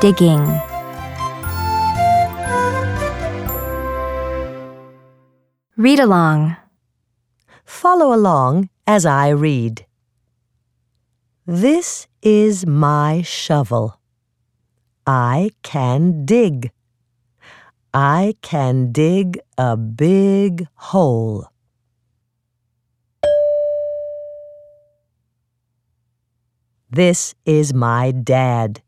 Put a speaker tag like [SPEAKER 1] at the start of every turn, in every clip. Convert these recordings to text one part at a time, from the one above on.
[SPEAKER 1] digging. Read along.
[SPEAKER 2] Follow along as I read. This is my shovel. I can dig. I can dig a big hole. This is my dad.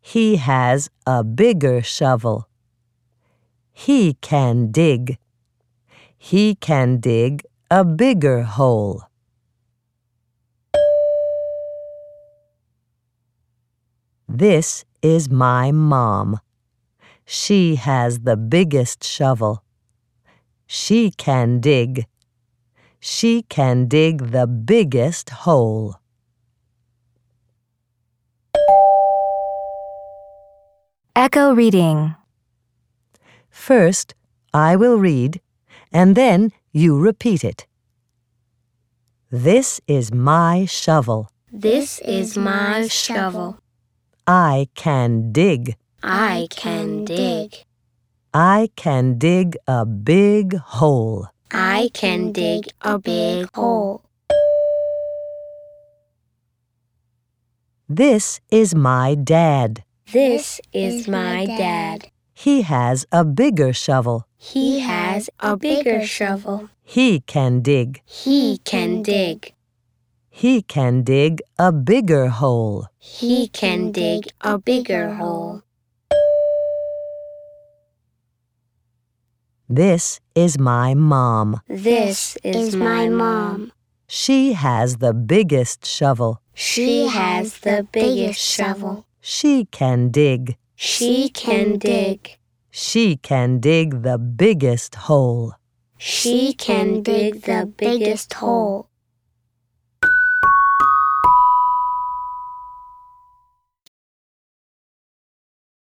[SPEAKER 2] He has a bigger shovel. He can dig. He can dig a bigger hole. This is my mom. She has the biggest shovel. She can dig. She can dig the biggest hole.
[SPEAKER 1] Echo reading.
[SPEAKER 2] First, I will read, and then you repeat it. This is my shovel.
[SPEAKER 3] This is my shovel.
[SPEAKER 2] I can dig.
[SPEAKER 3] I can dig.
[SPEAKER 2] I can dig a big hole.
[SPEAKER 3] I can dig a big hole.
[SPEAKER 2] This is my dad.
[SPEAKER 3] This is my dad.
[SPEAKER 2] He has a bigger shovel.
[SPEAKER 3] He has a bigger shovel.
[SPEAKER 2] He can dig.
[SPEAKER 3] He can dig.
[SPEAKER 2] He can dig a bigger hole.
[SPEAKER 3] He can dig a bigger hole.
[SPEAKER 2] This is my mom.
[SPEAKER 3] This is my mom.
[SPEAKER 2] She has the biggest shovel.
[SPEAKER 3] She has the biggest shovel.
[SPEAKER 2] She can dig.
[SPEAKER 3] She can dig.
[SPEAKER 2] She can dig the biggest hole.
[SPEAKER 3] She can dig the biggest hole.